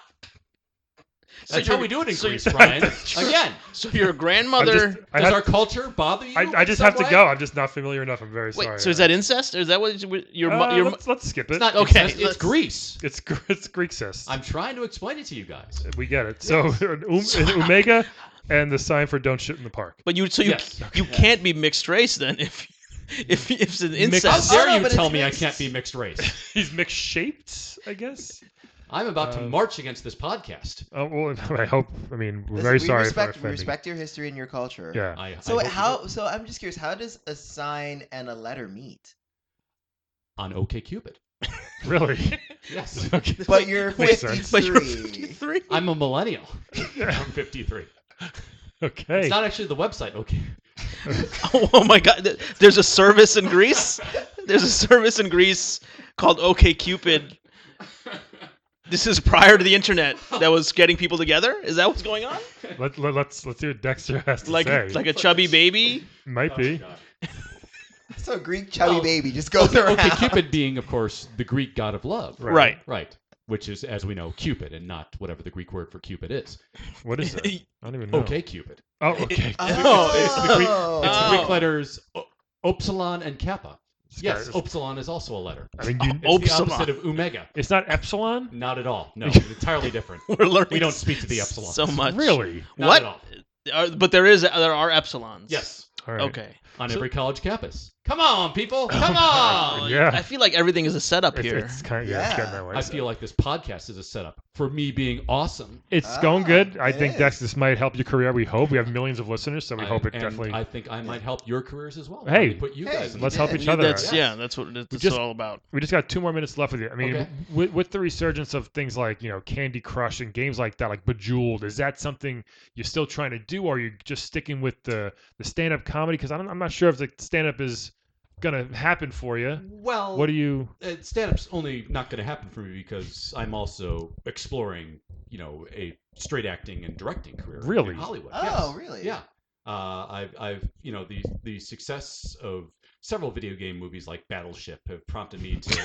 B: So
D: That's
B: you're-
D: how we do it in
B: so
D: Greece,
B: you're-
D: Brian.
B: <laughs>
D: Again,
B: <laughs> So you're a
A: I
B: grandmother.
A: just, I
D: does
A: have,
D: our culture bother you?
A: I, I
D: in
A: just
D: some
A: have to
D: way?
A: go. I'm just not familiar enough. I'm very
B: Wait,
A: sorry.
B: so is that incest? Or is that what you- your
A: Uh,
B: mo- your mo-
A: let's, let's skip it.
B: It's not
D: It's-
B: okay.
D: It's,
B: let's-
D: Greece.
A: It's gr- <laughs> it's Greek cyst.
D: I'm trying to explain it to you guys.
A: we get it. So an <laughs> um, an omega and the sign for don't shit in the park.
B: But you so you
D: Yes.
B: you can't be mixed race then if <laughs> if if it's an
A: Mixed-
D: How
B: incest.
C: Oh,
D: dare
C: no,
D: you
C: but
D: tell
C: it's
D: me
C: mixed.
D: I can't be
A: <laughs>
D: mixed race?
A: He's mixed shaped, I guess.
D: I'm about to
A: Um,
D: march against this podcast.
A: Oh well, <laughs> I hope. I mean, we're
C: Listen,
A: very
C: we
A: sorry
C: Respect,
A: for
C: we
A: offending.
C: respect your history and your culture.
A: Yeah. <laughs>
D: I, I
C: So
D: hope
C: wait,
D: you
C: how?
D: do.
C: So I'm just curious. How does a sign and a letter meet?
D: on OKCupid?
A: Really? <laughs>
D: Yes,
C: <laughs>
A: Okay.
C: <laughs>
A: <laughs>
C: But you're
A: Makes sense.
C: 53.
B: But <laughs> you're 53.
D: I'm
A: <laughs>
D: a millennial.
A: Yeah.
D: I'm 53.
A: Okay.
D: It's not actually the website. Okay,
A: <laughs>
B: Oh, <laughs> oh my god. th- There's a service in Greece. There's a service in Greece called OKCupid. This is prior to the internet that was getting people together. Is that what's going on?
A: let, let, let's let's see what Dexter has to
B: Like
A: say.
B: like a chubby baby?
A: Might be.
C: <laughs> So
D: <laughs>
C: Greek chubby
D: Oh.
C: baby just goes around.
D: okay, Cupid being, of course, the Greek god of love,
A: Right.
B: Right.
D: Right, which is, as we know, Cupid, and not whatever the Greek word for Cupid is.
A: What is
B: <laughs>
A: it? I don't even know.
D: Okay, Cupid.
A: Oh, okay.
C: <laughs> Oh,
D: It's the Greek- It's
B: Oh.
D: the Greek letters o- Opsilon and Kappa.
A: This
D: Yes, Oh.
A: guy is-
D: Opsilon is also a letter.
A: I mean, you,
B: Oh,
D: It's the
B: Opsilon.
D: opposite of Omega.
A: it's not epsilon.
D: Not at all.
B: <laughs>
D: No, entirely different.
B: <laughs> We're learning
D: We don't speak to the epsilon.
B: so much.
A: Really?
D: Not
B: What?
D: at all.
B: Uh, but there is there are epsilons.
D: Yes,
A: All right.
B: Okay.
D: on
B: So-
D: every college campus. Come on, people. Come
B: Oh,
D: on.
A: Yeah.
B: I feel like everything is a setup
A: It's,
B: here.
A: it's kind of yeah. It's getting
C: Yeah.
A: that way.
D: I feel like this podcast is a setup for me being awesome.
A: It's
C: Ah,
A: going good. I
C: it
A: think
C: is.
A: Dex, this might help your career. We hope we have millions of listeners, so we
D: I-
A: hope it
D: and
A: definitely.
D: I think I might help your careers as well.
A: Hey.
D: Let me put you
C: Hey,
D: guys. in
A: let's
D: the
A: help
D: mix.
A: each other.
B: That's
D: out.
B: yeah. That's what that's
A: just-
B: all about.
A: we just got two more minutes left with you. I mean,
D: Okay.
A: with, with the resurgence of things like you know Candy Crush and games like that, like Bejeweled, is that something you're still trying to do, or are you just sticking with the the stand up comedy? Because I'm, I'm not sure if the stand up is gonna happen for you.
D: Well,
A: What do you?
D: uh, stand-up's only not going to happen for me because I'm also exploring, you know, a straight acting and directing career. in
A: Really?
D: Hollywood.
C: Oh,
D: yes.
C: really?
D: Yeah. Uh, I've, I've, you know, the the success of several video game movies like Battleship have prompted me to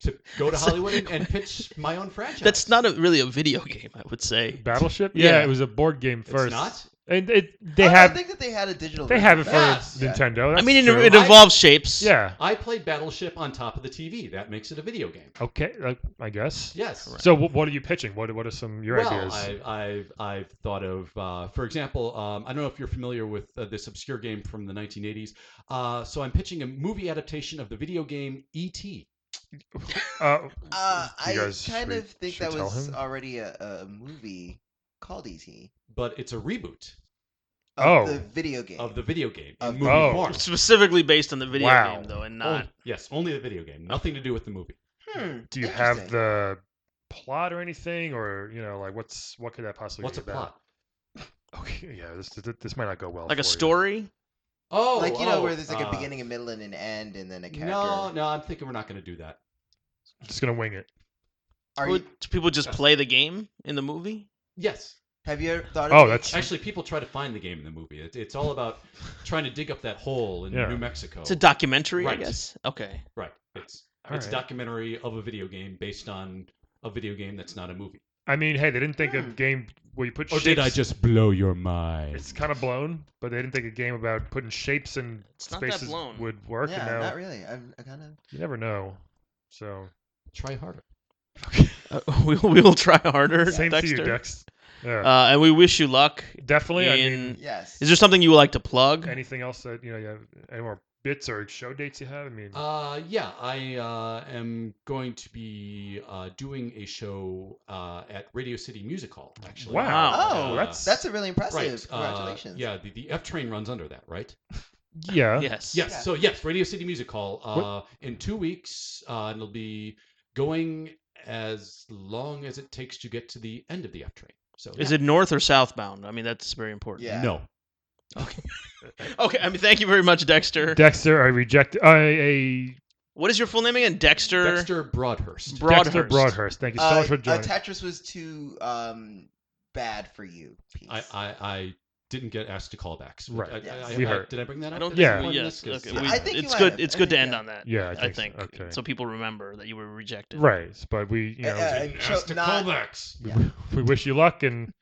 D: to
C: <laughs>
D: go to Hollywood and, and pitch my own franchise.
B: That's not a, really a video game, I would say.
A: Battleship? Yeah,
B: Yeah.
A: it was a board game
D: It's
A: first.
D: not.
A: And it, they
C: Oh, I
A: have
C: think that they had a digital.
A: they
C: version
A: have it
C: of
A: for
C: that.
D: Yes.
C: Yeah.
A: Nintendo.
B: I
A: That's
B: mean, it,
A: true.
B: it involves shapes.
A: yeah.
D: I played Battleship on top of the TV. That makes it a video game.
A: Okay, like, I guess.
D: Yes.
A: So, what, what are you pitching? What what are some your
D: well,
A: ideas?
D: I've, I've, I've thought of, uh, for example, um, I don't know if you're familiar with uh, this obscure game from the 1980s. Uh, so I'm pitching a movie adaptation of the video game E E.T.
A: Uh,
C: Uh,
A: Do
C: I
A: you guys- should
C: kind
A: we-
C: of think
A: should
C: that
A: we tell
C: was
A: him?
C: already a, a movie called E.T.
D: But it's a reboot
C: of
A: Oh.
C: the video game.
D: of the video game in
C: Of-
D: movie
A: Oh.
D: form.
B: Specifically based on the video
A: Wow.
B: game, though, and
D: Only-
B: not.
D: yes, only the video game. Nothing to do with the movie.
C: Hmm,
A: do you have
C: interesting.
A: the plot or anything, or you know, like what's what could that possibly?
D: What's
A: be
D: a
A: about?
D: plot?
A: <laughs> Okay, yeah, this this- this might not go well.
B: Like a
A: for you.
B: story?
D: Oh,
C: like you know
D: oh,
C: where there's like a
D: uh,
C: beginning, a middle, and an end, and then a character?
D: No, no, I'm thinking we're not going to do that.
A: I'm just gonna wing it.
C: Are you,
B: Would do people just play the game in the movie?
D: Yes,
C: have you ever thought?
A: Oh,
C: of
A: that's
D: actually, people try to find the game in the movie. It, it's all about trying to dig up that hole in
A: Yeah.
D: New Mexico.
A: Oh.
B: It's a documentary,
D: Right.
B: I guess. Okay.
D: Right. It's
A: All
D: it's
A: right.
D: a documentary of a video game based on a video game that's not a movie.
A: I mean, hey, they didn't think a
C: Hmm.
A: game where you put.
D: Or did I
A: shapes-
D: just blow your mind?
A: It's kind of blown, but they didn't think a game about putting shapes and
B: It's not that
A: spaces
B: blown.
A: would work.
C: yeah,
A: and now
C: not really. I'm, I kind of.
A: you never know. So
D: Try harder.
B: Uh, <laughs> we, we will try harder,
A: same
B: Dexter.
A: to you, Dex. Yeah,
B: Uh, and we wish you luck.
A: definitely. I
B: in-
A: mean,
C: Yes.
B: Is there something you would like to plug?
A: anything else that you know? You have, any more bits or show dates you have? I mean,
D: Uh, yeah, I uh, am going to be uh, doing a show uh, at Radio City Music Hall, actually.
A: Wow.
C: Oh,
D: Uh,
C: that's that's a really impressive.
D: Right. uh,
C: Congratulations.
D: yeah, the, the F train runs under that, right?
A: uh, yeah.
B: Yes.
D: Yes.
C: Yeah.
D: So yes, Radio City Music Hall. Uh, in two weeks, uh, and it'll be going as long as it takes to get to the end of the F train. So
B: Is it north or southbound? I mean, that's very important.
C: Yeah.
D: no?
B: Okay. I mean, thank you very much, Dexter.
A: Dexter, I reject. Uh, a
B: what is your full name again? Dexter.
D: Dexter Broadhurst.
B: Broadhurst.
A: Dexter Broadhurst. Thank you so
C: Uh,
A: much for
C: uh,
A: joining.
C: Tetris was too um, bad for you. Peace.
D: I, I I didn't get asked to call back. So
A: Right.
D: I, I-
C: Yes.
D: I-
A: We
D: I-
A: heard.
D: Did I bring that up?
B: I don't
D: at
B: think.
D: any
A: Yeah.
D: point in
B: Yes.
D: this? 'Cause,
B: Okay.
D: yeah.
B: We,
C: I think you
B: it's
C: might
B: good.
C: have.
B: It's
C: I
B: good to
C: think,
B: end
C: yeah.
B: on that.
A: Yeah, I
B: I
A: think so.
B: think.
A: Okay.
B: So people remember that you were rejected.
A: right, but we you know
C: Uh, uh,
D: Didn't
C: and show-
D: ask to call
C: not-
D: backs.
A: we,
C: yeah.
A: <laughs> we wish you luck and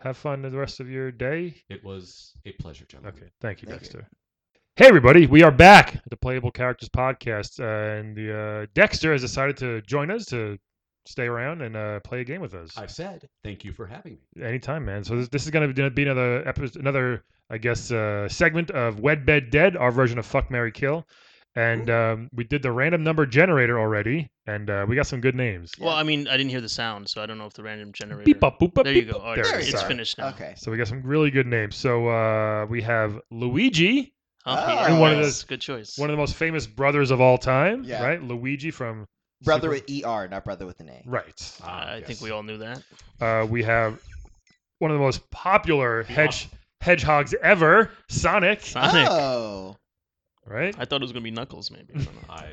A: have fun the rest of your day.
D: It was a pleasure, gentlemen.
A: Okay, thank you,
C: Thank you.
A: Dexter. Hey everybody, we are back at the Playable Characters podcast, uh, and the, uh, Dexter has decided to join us to stay around and uh, play a game with us
D: I said thank you for having me.
A: anytime, man. So this, this is going to be another episode, another I guess uh, segment of Wed Bed Dead, our version of Fuck Mary Kill, and um, we did the random number generator already, and uh, we got some good names.
B: Well,
C: Yeah.
B: I mean, I didn't hear the sound, so I don't know if the random generator.
A: Beep up, boop up,
B: There you
A: beep
B: go.
A: up.
B: All
A: There
B: right, it's-
A: we
B: it's
A: are.
B: finished now.
C: Okay.
A: So we got some really good names. So uh, we have Luigi.
B: Oh,
C: Ah.
B: yeah,
C: And one of
B: nice.
A: those-
B: good choice.
A: one of the most famous brothers of all time,
C: Yeah.
A: right? Luigi from
C: Brother
A: Super-
C: with ER, not brother with an A.
A: right.
D: Ah,
B: I think
D: yes.
B: we all knew that.
A: Uh, we have one of the most popular
D: The
A: hedge hedgehogs ever, Sonic,
B: Sonic.
C: Oh.
A: right?
B: I thought it was gonna be Knuckles, maybe. I don't know.
D: I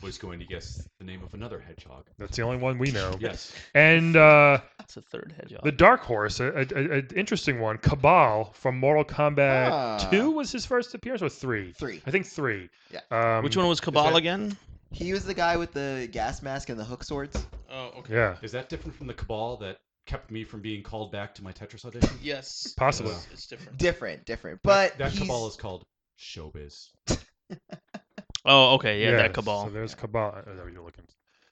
D: was going to guess the name of another hedgehog.
A: That's the only one we know.
D: Yes.
A: And uh,
B: That's a third hedgehog.
A: the Dark Horse, an interesting one, Cabal from Mortal Kombat
C: Ah.
A: uh, Two was his first appearance, or three?
C: Three.
A: I think three.
C: Yeah.
A: Um,
B: Which one was Cabal
D: that-
B: again?
C: He was the guy with the gas mask and the hook swords.
B: Oh, okay.
A: Yeah,
D: Is that different from the cabal that kept me from being called back to my Tetris audition?
B: Yes.
A: possibly.
D: It's-
B: different.
C: Different, different. But
D: that, that
C: he's-
D: cabal is called showbiz.
B: Oh, okay. Yeah,
A: Yes,
B: that Cabal.
A: So there's Cabal. Oh, there we go, looking.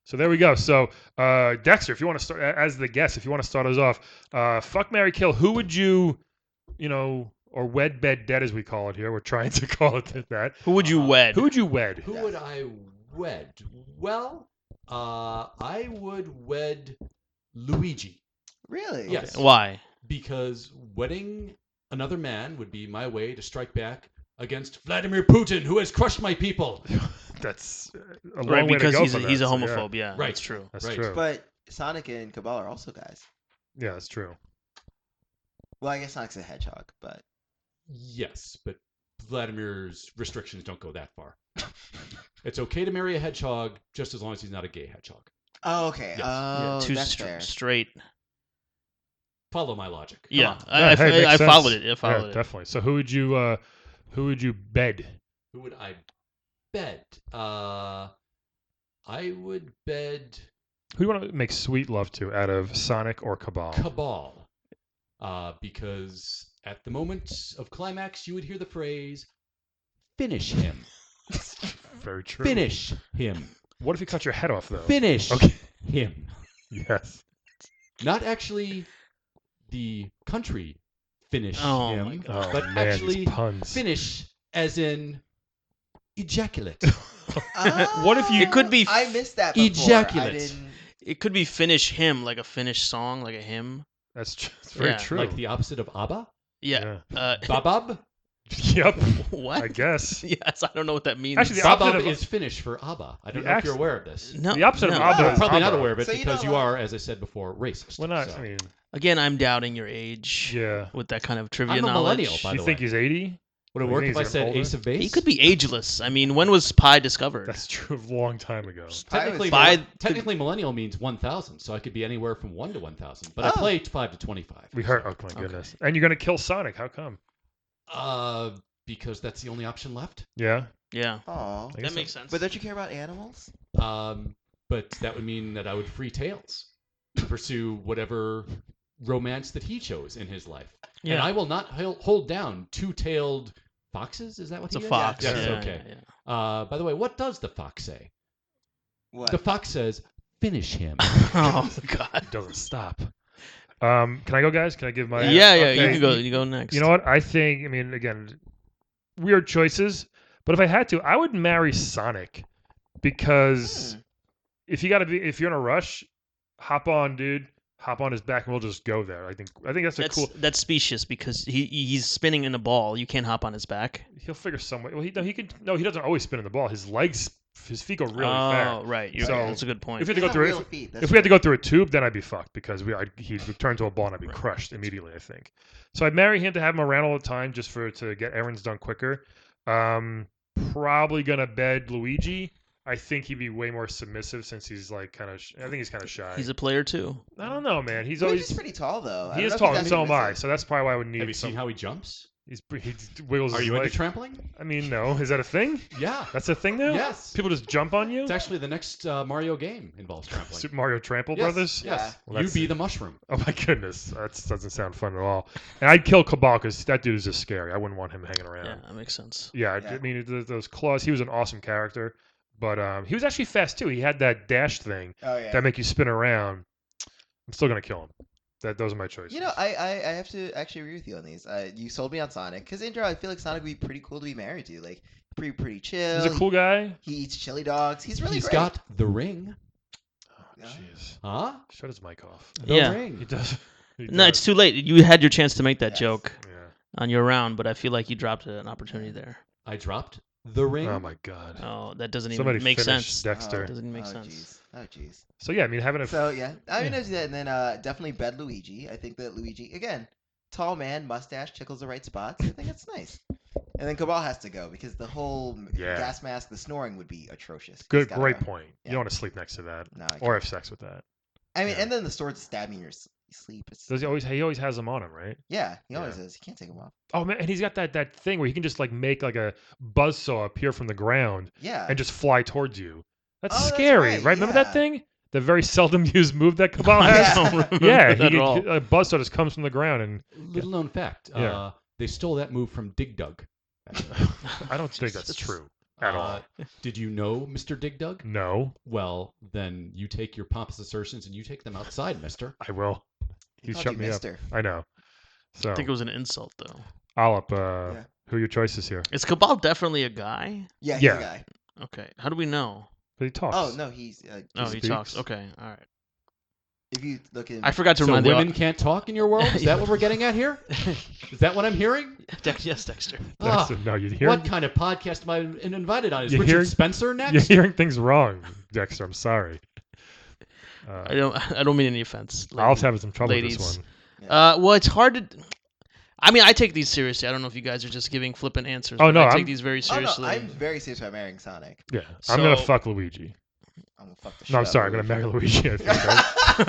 A: So there we go. So uh, Dexter, if you want to start a- as the guest, if you want to start us off, uh, fuck Mary Kill. Who would you, you know, or wed bed dead as we call it here? We're trying <laughs> to call it that.
B: Who would you
D: Uh,
B: wed?
A: Who would you wed?
D: Who
C: Yeah.
D: would I wed? Well, uh, I would wed Luigi
C: really
D: Yes.
B: Why?
D: because wedding another man would be my way to strike back against Vladimir Putin, who has crushed my people.
A: That's a long
B: right,
A: way to
B: because
A: go
B: he's a,
A: for
B: he's a
A: that, so yeah.
B: homophobe. yeah.
D: Right.
B: that's true.
A: That's
D: Right.
A: true.
C: But Sonic and Cabal are also guys.
A: yeah, that's true.
C: Well, I guess Sonic's a hedgehog, but
D: Yes, but Vladimir's restrictions don't go that far. <laughs> it's okay to marry a hedgehog just as long as he's not a gay hedgehog.
C: oh, okay.
D: Yes.
C: Oh,
B: Too
C: that's
B: str-
C: fair.
B: straight.
D: Follow my logic. Come
B: Yeah,
D: on.
B: I,
A: Yeah,
B: I,
A: hey,
B: I,
A: makes sense.
B: followed it. I
A: Yeah,
B: followed it.
A: definitely. So who would you, uh, who would you bed?
D: Who would I bet? Uh, I would bed
A: Who do you want to make sweet love to out of Sonic or Cabal?
D: Cabal. Uh, because at the moment of climax, you would hear the phrase, finish him.
A: Very <laughs> true.
D: Finish him.
A: What if you cut your head off though?
D: Finish
A: Okay.
D: him.
A: Yes.
D: Not actually the country finish
B: Oh
D: him,
B: my God.
A: Oh
D: but
A: man,
D: actually
A: these puns.
D: finish as in ejaculate.
C: Ah,
B: What if you- It could be
C: I missed that. Before. I
D: ejaculate.
C: didn't.
B: It could be finish him like a Finnish song, like a hymn.
A: That's tr- that's very
B: Yeah.
A: <laughs> true.
D: Like the opposite of ABBA?
B: Yeah. Uh,
D: Babab?
A: yep.
B: what?
A: I
B: <laughs>
A: guess.
B: Yes, I don't know what that means.
A: Actually, <laughs> The opposite
D: Babab
A: of-
D: is Finnish for ABBA. I don't
A: The
D: know if you're
A: acc-
D: aware of this.
B: no,
A: the opposite
B: no.
A: of ABBA
D: You're
A: is
D: probably
A: ABBA.
D: not aware of it
C: So you
D: because
C: don't
D: you
C: like-
D: are, as I said before, racist.
A: Well, not.
D: So-
A: I mean,
B: Again, I'm doubting your age.
A: yeah.
B: With that kind of trivia
D: I'm a
B: knowledge.
D: millennial, by
A: you
D: the
A: think
D: way.
A: he's eighty?
D: Would it
A: you
D: work
A: think
D: if I
A: he's
D: said
A: older?
D: Ace of Base?
B: He could be ageless. I mean, when was Pi discovered?
A: That's true. A long time ago.
D: Technically,
B: By the-
D: technically, millennial means 1,000, so I could be anywhere from 1 to 1,000. But I
C: Oh.
D: played 5 to 25.
A: We heard. Oh my goodness. And you're gonna kill Sonic? How come?
D: Uh, because that's the only option left.
A: Yeah.
B: yeah,
C: Oh,
A: I guess
B: that makes sense.
C: but don't you care about animals?
D: Um, but that would mean that I would free Tails to pursue whatever romance that he chose in his life. And
B: yeah,
D: I will not hel- hold down two tailed foxes. Is that what
B: it's a
D: he is?
B: fox.
D: Yes,
B: yeah,
D: okay.
B: yeah, <laughs> yeah.
D: Uh, by the way, what does the fox say?
C: What?
D: The fox says, finish him.
B: oh
A: <laughs>
B: God.
A: It doesn't stop. Um, can I go, guys? Can I give my?
B: Yeah, yeah.
A: Okay.
B: You can go. You go next.
A: You know what? I think. I mean, again, weird choices, But if I had to, I would marry Sonic
C: Hmm.
A: because if you got to be, if you're in a rush, hop on, dude. Hop on his back, and we'll just go there. I think. I think that's a
B: That's
A: cool.
B: that's specious because he he's spinning in a ball. You can't hop on his back.
A: He'll figure some way. Well, he no, he can. No, he doesn't always spin in the ball. His legs, his feet go really
B: oh,
A: fast.
B: right. You're
A: So,
B: right. That's a good point.
A: If you had to
C: It's
A: go
C: not
A: through,
C: real
A: if,
C: feet, that's
A: if we had to
C: what-
A: go through a tube, then I'd be fucked because we, I'd, he'd turn to a ball and I'd be crushed immediately. I think. So I'd marry him to have him around all the time, just for to get errands done quicker. Um, probably gonna bed Luigi. I think he'd be way more submissive since he's like kind of. Sh- I think he's kind of shy.
B: he's a player too.
A: I don't know, man. He's
C: He's
A: always
C: pretty tall though. I
A: he
C: don't
A: is
C: know if
A: tall, and
C: he's
A: so am I.
C: actually
A: So that's probably why I would
D: Have you
A: need
D: seen
A: some.
D: how he jumps?
A: He's pre- he wiggles
D: Are
A: his
D: you
A: leg.
D: into trampling?
A: I mean, no. Is that a thing?
D: Yeah.
A: That's a thing now.
D: Yes.
A: People just jump on you.
D: It's actually the next uh, Mario game involves trampling.
A: Super Mario Trample
D: Yes,
A: Brothers.
D: Yes.
A: Well, that's-
D: you be the mushroom.
A: Oh my goodness, that doesn't sound fun at all. And I'd kill Cabal because that dude is just scary. I wouldn't want him hanging
B: Yeah.
A: around.
B: that makes sense.
A: Yeah, I- I
C: Yeah.
A: mean th- those claws. He was an awesome character, but um, he was actually fast too. He had that dash thing
C: Oh yeah.
A: that make you spin around. I'm still gonna kill him. That those are my choices.
C: You know, I, I I have to actually agree with you on these. Uh, you sold me on Sonic because in general, I feel like Sonic would be pretty cool to be married to. Like pretty pretty chill.
A: he's a cool guy.
C: He eats chili dogs. He's really
D: He's
C: great.
D: got the ring.
A: Oh,
C: Yeah.
A: Jeez,
D: Huh?
A: shut his mic off.
D: The
B: Yeah.
A: He
D: ring.
A: does. <laughs> He
B: No, it's
A: does.
B: too late. You had your chance to make that
C: Yes.
B: joke
A: Yeah.
B: on your round, but I feel like you dropped an opportunity there.
D: I dropped the ring.
A: Oh my god.
B: Oh, that doesn't even
A: Somebody
B: make
A: finish
B: sense. <laughs>
A: Dexter.
B: Doesn't make
C: oh,
B: sense.
C: Geez. Oh jeez.
A: So yeah, I mean having a
C: So yeah, I mean,
A: yeah.
C: I do that, and then uh, definitely bed Luigi. I think that Luigi again, tall man, mustache, tickles the right spots. I think it's nice. And then Cabal has to go because the whole m-
A: Yeah.
C: gas mask, the snoring would be atrocious. He's
A: good,
C: gotta
A: great
C: go.
A: point. You
C: Yeah.
A: don't want to sleep next to that
C: No, I,
A: or
C: can't.
A: have sex with that.
C: I mean,
A: yeah.
C: and then the sword stabbing your s- sleep. It's,
A: Does he always? He always has them on him, right?
C: yeah, he always
A: Yeah.
C: is. He can't take him off.
A: Oh man, and he's got that that thing where he can just like make like a buzzsaw appear from the ground
C: Yeah.
A: and just fly towards you. That's
C: Oh, that's
A: scary,
C: right,
A: right? Remember that
C: yeah.
A: thing? The very <laughs> seldom used move
B: <laughs>
A: that Cabal
B: I
A: <laughs> has.
B: don't
C: Yeah. <laughs>
B: remember <laughs>
A: yeah,
B: that
A: he,
B: at all.
A: a buzzsaw just comes from the ground, and
D: Little known fact.
A: Yeah.
D: Uh, they stole that move from Dig Dug.
A: I don't think that's
B: Jesus.
A: true at all. Mm.
D: Uh, <laughs> Did you know Mr. Dig Dug?
A: No,
D: Well, then you take your pompous assertions and you take them outside,
A: <laughs>
D: mister.
A: I will. You
C: called
A: shut me up.
C: mister.
A: I know. So
B: I think it was an insult though.
A: Olip, uh,
C: Yeah.
A: who are your choices here?
B: Is Cabal definitely a guy?
C: Yeah, he's
A: Yeah.
C: a guy.
B: Okay. How do we know?
A: But he talks.
C: Oh no, he's. Uh,
B: Oh, he,
A: He
B: talks.
A: speaks.
B: Okay. All right.
C: if you look at him,
B: I forgot to
D: so
B: remind uh,
D: women
B: the
D: can't talk in your world? Is that what we're getting
A: <laughs>
D: at here? Is that what I'm hearing?
B: <laughs> Dex- yes, Dexter.
D: Ah,
A: <laughs>
B: <laughs>
A: That's- no, you hear.
D: What kind of podcast am I in- invited on? Is
A: You
D: Richard
A: hear-
D: Spencer next?
A: You're hearing things wrong, Dexter. I'm
B: <laughs>
A: sorry. Uh,
B: I don't. <laughs> I don't mean any offense.
A: I'll
B: lady.
A: having some trouble with
B: ladies.
A: this one.
B: Uh, well, it's hard to. I mean, I take these seriously. I don't know if you guys are just giving flippant answers.
A: Oh,
B: but
A: no,
B: I take
A: I'm-
B: these very
C: Oh, no,
B: seriously.
A: <laughs>
B: <laughs>
C: I'm very serious about marrying Sonic.
A: Yeah, I'm gonna
B: So-
A: fuck Luigi.
C: I'm gonna fuck the shit
A: No, I'm
C: out of
A: sorry. I'm gonna
C: <laughs>
A: marry Luigi. I think,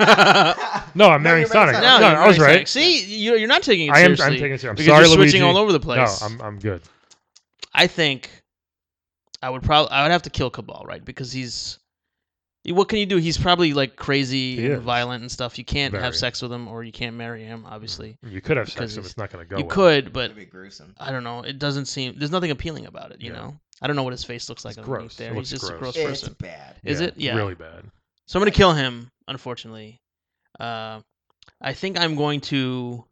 B: <laughs>
A: right?
C: no, <laughs>
A: no, I'm marrying
C: you're
A: Sonic.
B: No,
A: No,
B: you're
A: I was
B: very
A: right.
B: serious. See, you're, you're not taking it
A: I am.
B: seriously.
A: I'm taking it serious. I'm
B: because
A: sorry,
B: you're
A: Luigi.
B: switching all over the place.
A: No, I'm. I'm good.
B: I think I would probably I would have to kill Cabal, right? Because he's what can you do? He's probably like crazy
A: He
B: and
A: is.
B: violent and stuff. You can't have
A: Very.
B: sex with him or you can't marry him, obviously.
A: You could have sex
B: Because
A: with him.
B: he's-
A: It's not gonna go.
B: you
A: well.
B: could, but
C: That'd be gruesome.
B: I don't know. It doesn't seem there's nothing appealing about it, you
A: Yeah.
B: know. I don't know what his face looks like
A: It's
B: underneath
A: gross. It
B: there. He's
A: looks
B: just a gross
A: gross.
C: It's
B: person.
C: bad.
B: Is it? Yeah.
A: Really bad.
B: So I'm gonna kill him, unfortunately. Uh, I think I'm going to.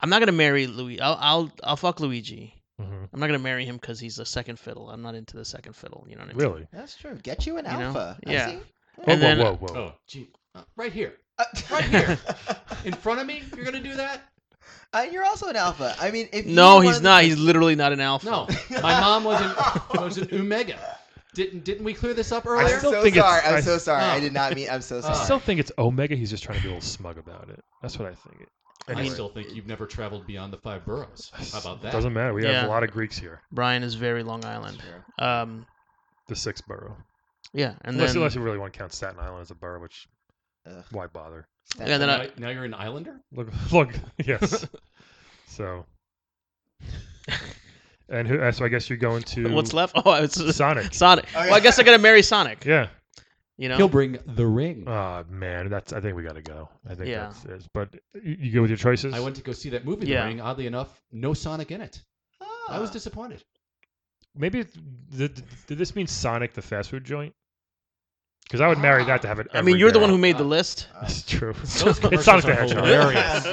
B: I'm not gonna marry Luigi. I'll I'll, I'll fuck Luigi.
A: Mhm.
B: I'm not gonna marry him because he's a second fiddle. I'm not into the second fiddle. You know what I mean?
A: Really.
C: That's true. Get you an
B: You know?
C: alpha. I
B: Yeah.
C: see.
A: Whoa,
B: And then-
A: whoa, whoa, whoa.
D: Oh, gee. Uh, right here.
C: <laughs> Uh,
D: Right here. In front of me? You're going to do that?
C: <laughs> Uh, you're also an alpha. I mean, if you
B: No,
C: were
B: he's
C: one of the <laughs>
B: not.
C: first-
B: He's literally not an alpha.
D: No. My mom was an, was an Omega. Didn't didn't we clear this up
C: I'm
D: earlier?
A: still
C: so
A: think it's-
C: sorry.
A: I-
C: I'm so sorry. I
D: Oh.
C: did not mean. I'm so
D: Uh,
A: I
C: sorry.
A: still think it's Omega. He's just trying to be a little smug about it. That's what I think.
D: I
A: Anyway.
D: still think you've never traveled beyond the five boroughs.
A: <sighs>
D: How about that?
A: Doesn't matter. We have
B: Yeah.
A: a lot of Greeks here.
B: Brian is very Long Island.
C: True.
B: Um,
A: The sixth borough.
B: yeah, and
A: unless,
B: then
A: unless you really want to count Staten Island as a borough, which
C: Ugh.
A: why bother?
B: Yeah, then
D: now,
B: I-
D: now you're an islander?
A: Look, <laughs> look,
B: <laughs>
A: yes. so, and who? uh, So I guess you're going to
B: <laughs> what's left? Oh, it's <laughs>
A: Sonic.
B: Sonic.
C: Oh, yeah.
B: Well, I guess I gotta marry Sonic.
A: Yeah.
B: You know.
D: He'll bring the ring.
A: Oh man, that's. I think we got to go. I think
B: Yeah.
A: that's it. But you, you go with your choices.
D: I went to go see that movie,
B: Yeah.
D: The Ring. Oddly enough, no Sonic in it.
C: <laughs>
D: I was
C: Ah.
D: disappointed.
A: Maybe it- did, did- did this mean Sonic the fast food joint? Because I would marry that to have it.
B: <gasps> I mean,
A: every Uh,
B: you're the
A: day. <laughs>
B: one who made the
D: Ah.
B: list.
C: Uh,
A: That's true.
D: Those
A: it's
D: commercials
A: Sonic the
D: are
A: Hedgehog.
D: hilarious.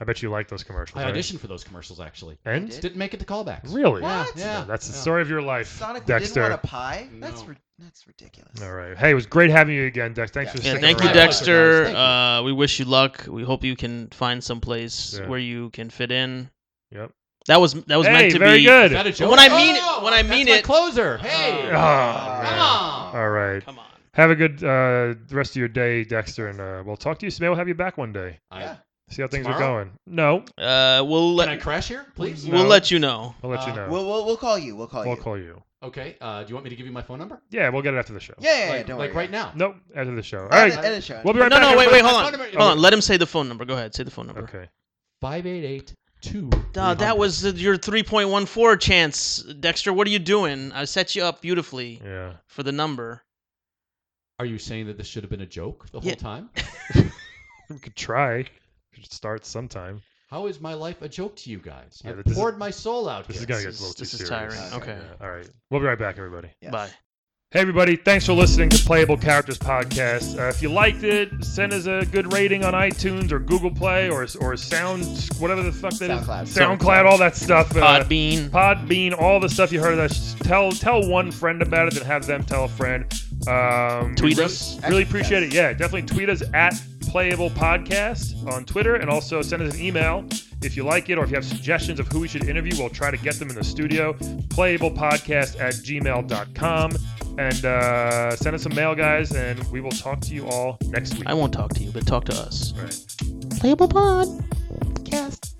A: I bet you like those commercials.
D: I
A: right?
D: auditioned for those commercials actually.
A: And
C: Did-
D: Didn't make it to callbacks.
A: really,
C: What?
D: Yeah.
A: that's the
D: yeah.
A: story of your life,
C: Sonic we
A: Dexter.
C: didn't want a pie. That's
D: No.
C: ri- that's ridiculous.
A: All right. Hey, it was great having you again, Dex. Thanks
C: Yeah.
A: for
B: Yeah,
A: sticking
B: thank you,
A: around.
B: Dexter.
D: Thank you.
B: Uh, we wish you luck. We hope you can find some place
A: Yeah.
B: where you can fit in.
A: Yep.
B: That was that was
A: hey,
B: meant to
A: very
B: be.
D: Is
A: good.
D: that a joke?
B: When I mean it-
D: Oh,
B: when I
D: that's
B: mean
D: my
B: it-
D: closer.
B: Oh.
D: Hey.
A: Ah,
D: Come
A: man.
D: on.
A: All right.
B: Come on.
A: Have a good uh, rest of your day, Dexter, and uh, we'll talk to you soon. Maybe We'll have you back one day.
D: I-
C: Yeah.
A: See how things are
D: Tomorrow?
A: going. No,
B: Uh, we'll
D: Can I
B: let
D: crash here, please?
A: No.
B: we'll let you know.
A: we'll let you
D: Uh,
A: know.
C: We'll, we'll we'll call you. We'll call
A: We'll
C: you.
A: call you.
D: Okay. Uh, do you want me to give you my phone number?
A: Yeah, we'll get it after the show.
C: Yeah, yeah, yeah,
D: like
C: don't
D: like
C: worry.
D: right now.
A: Nope, after the show. All
C: All right.
A: right.
C: End the show.
A: We'll be right
B: no,
A: back.
B: no, wait, wait,
A: everybody.
B: hold
D: My
B: on,
D: phone
B: hold
D: number-
B: on. Let him say the phone number. Go ahead, say the phone number.
A: Okay.
D: Five eight eight two.
B: Duh, that was the- your 3.14 chance, Dexter. What are you doing? I set you up beautifully
A: Yeah.
B: for the number.
D: Are you saying that this should have been a joke the whole
B: Yeah.
D: time?
A: We could try. We should start sometime.
D: How is my life a joke to you guys?
A: Yeah,
D: I
A: this is-
D: poured my soul out
A: This
D: here.
A: is gonna get
B: This
A: a little
B: is-
A: too
B: this is
A: serious.
B: tiring.
C: Okay.
A: Yeah, all right. We'll be right back, everybody.
C: Yes.
B: Bye.
A: Hey, everybody. Thanks for listening to Playable Characters Podcast. Uh, if you liked it, send us a good rating on iTunes or Google Play or, or Sound, whatever the fuck that is.
C: SoundCloud.
A: SoundCloud, all that stuff. Uh,
B: Podbean.
A: Podbean, all the stuff you heard of us. Tell tell one friend about it, then have them tell a friend. Um,
B: Tweet
A: we
B: us.
A: Really, really appreciate it. Yeah, definitely tweet us at Playable Podcast on Twitter, and also send us an email if you like it or if you have suggestions of who we should interview. We'll try to get them in the studio. Playablepodcast at gmail.com. And uh, send us some mail, guys, and we will talk to you all next week.
B: I won't talk to you, but talk to us.
A: All right.
B: Playable Pod. Cast.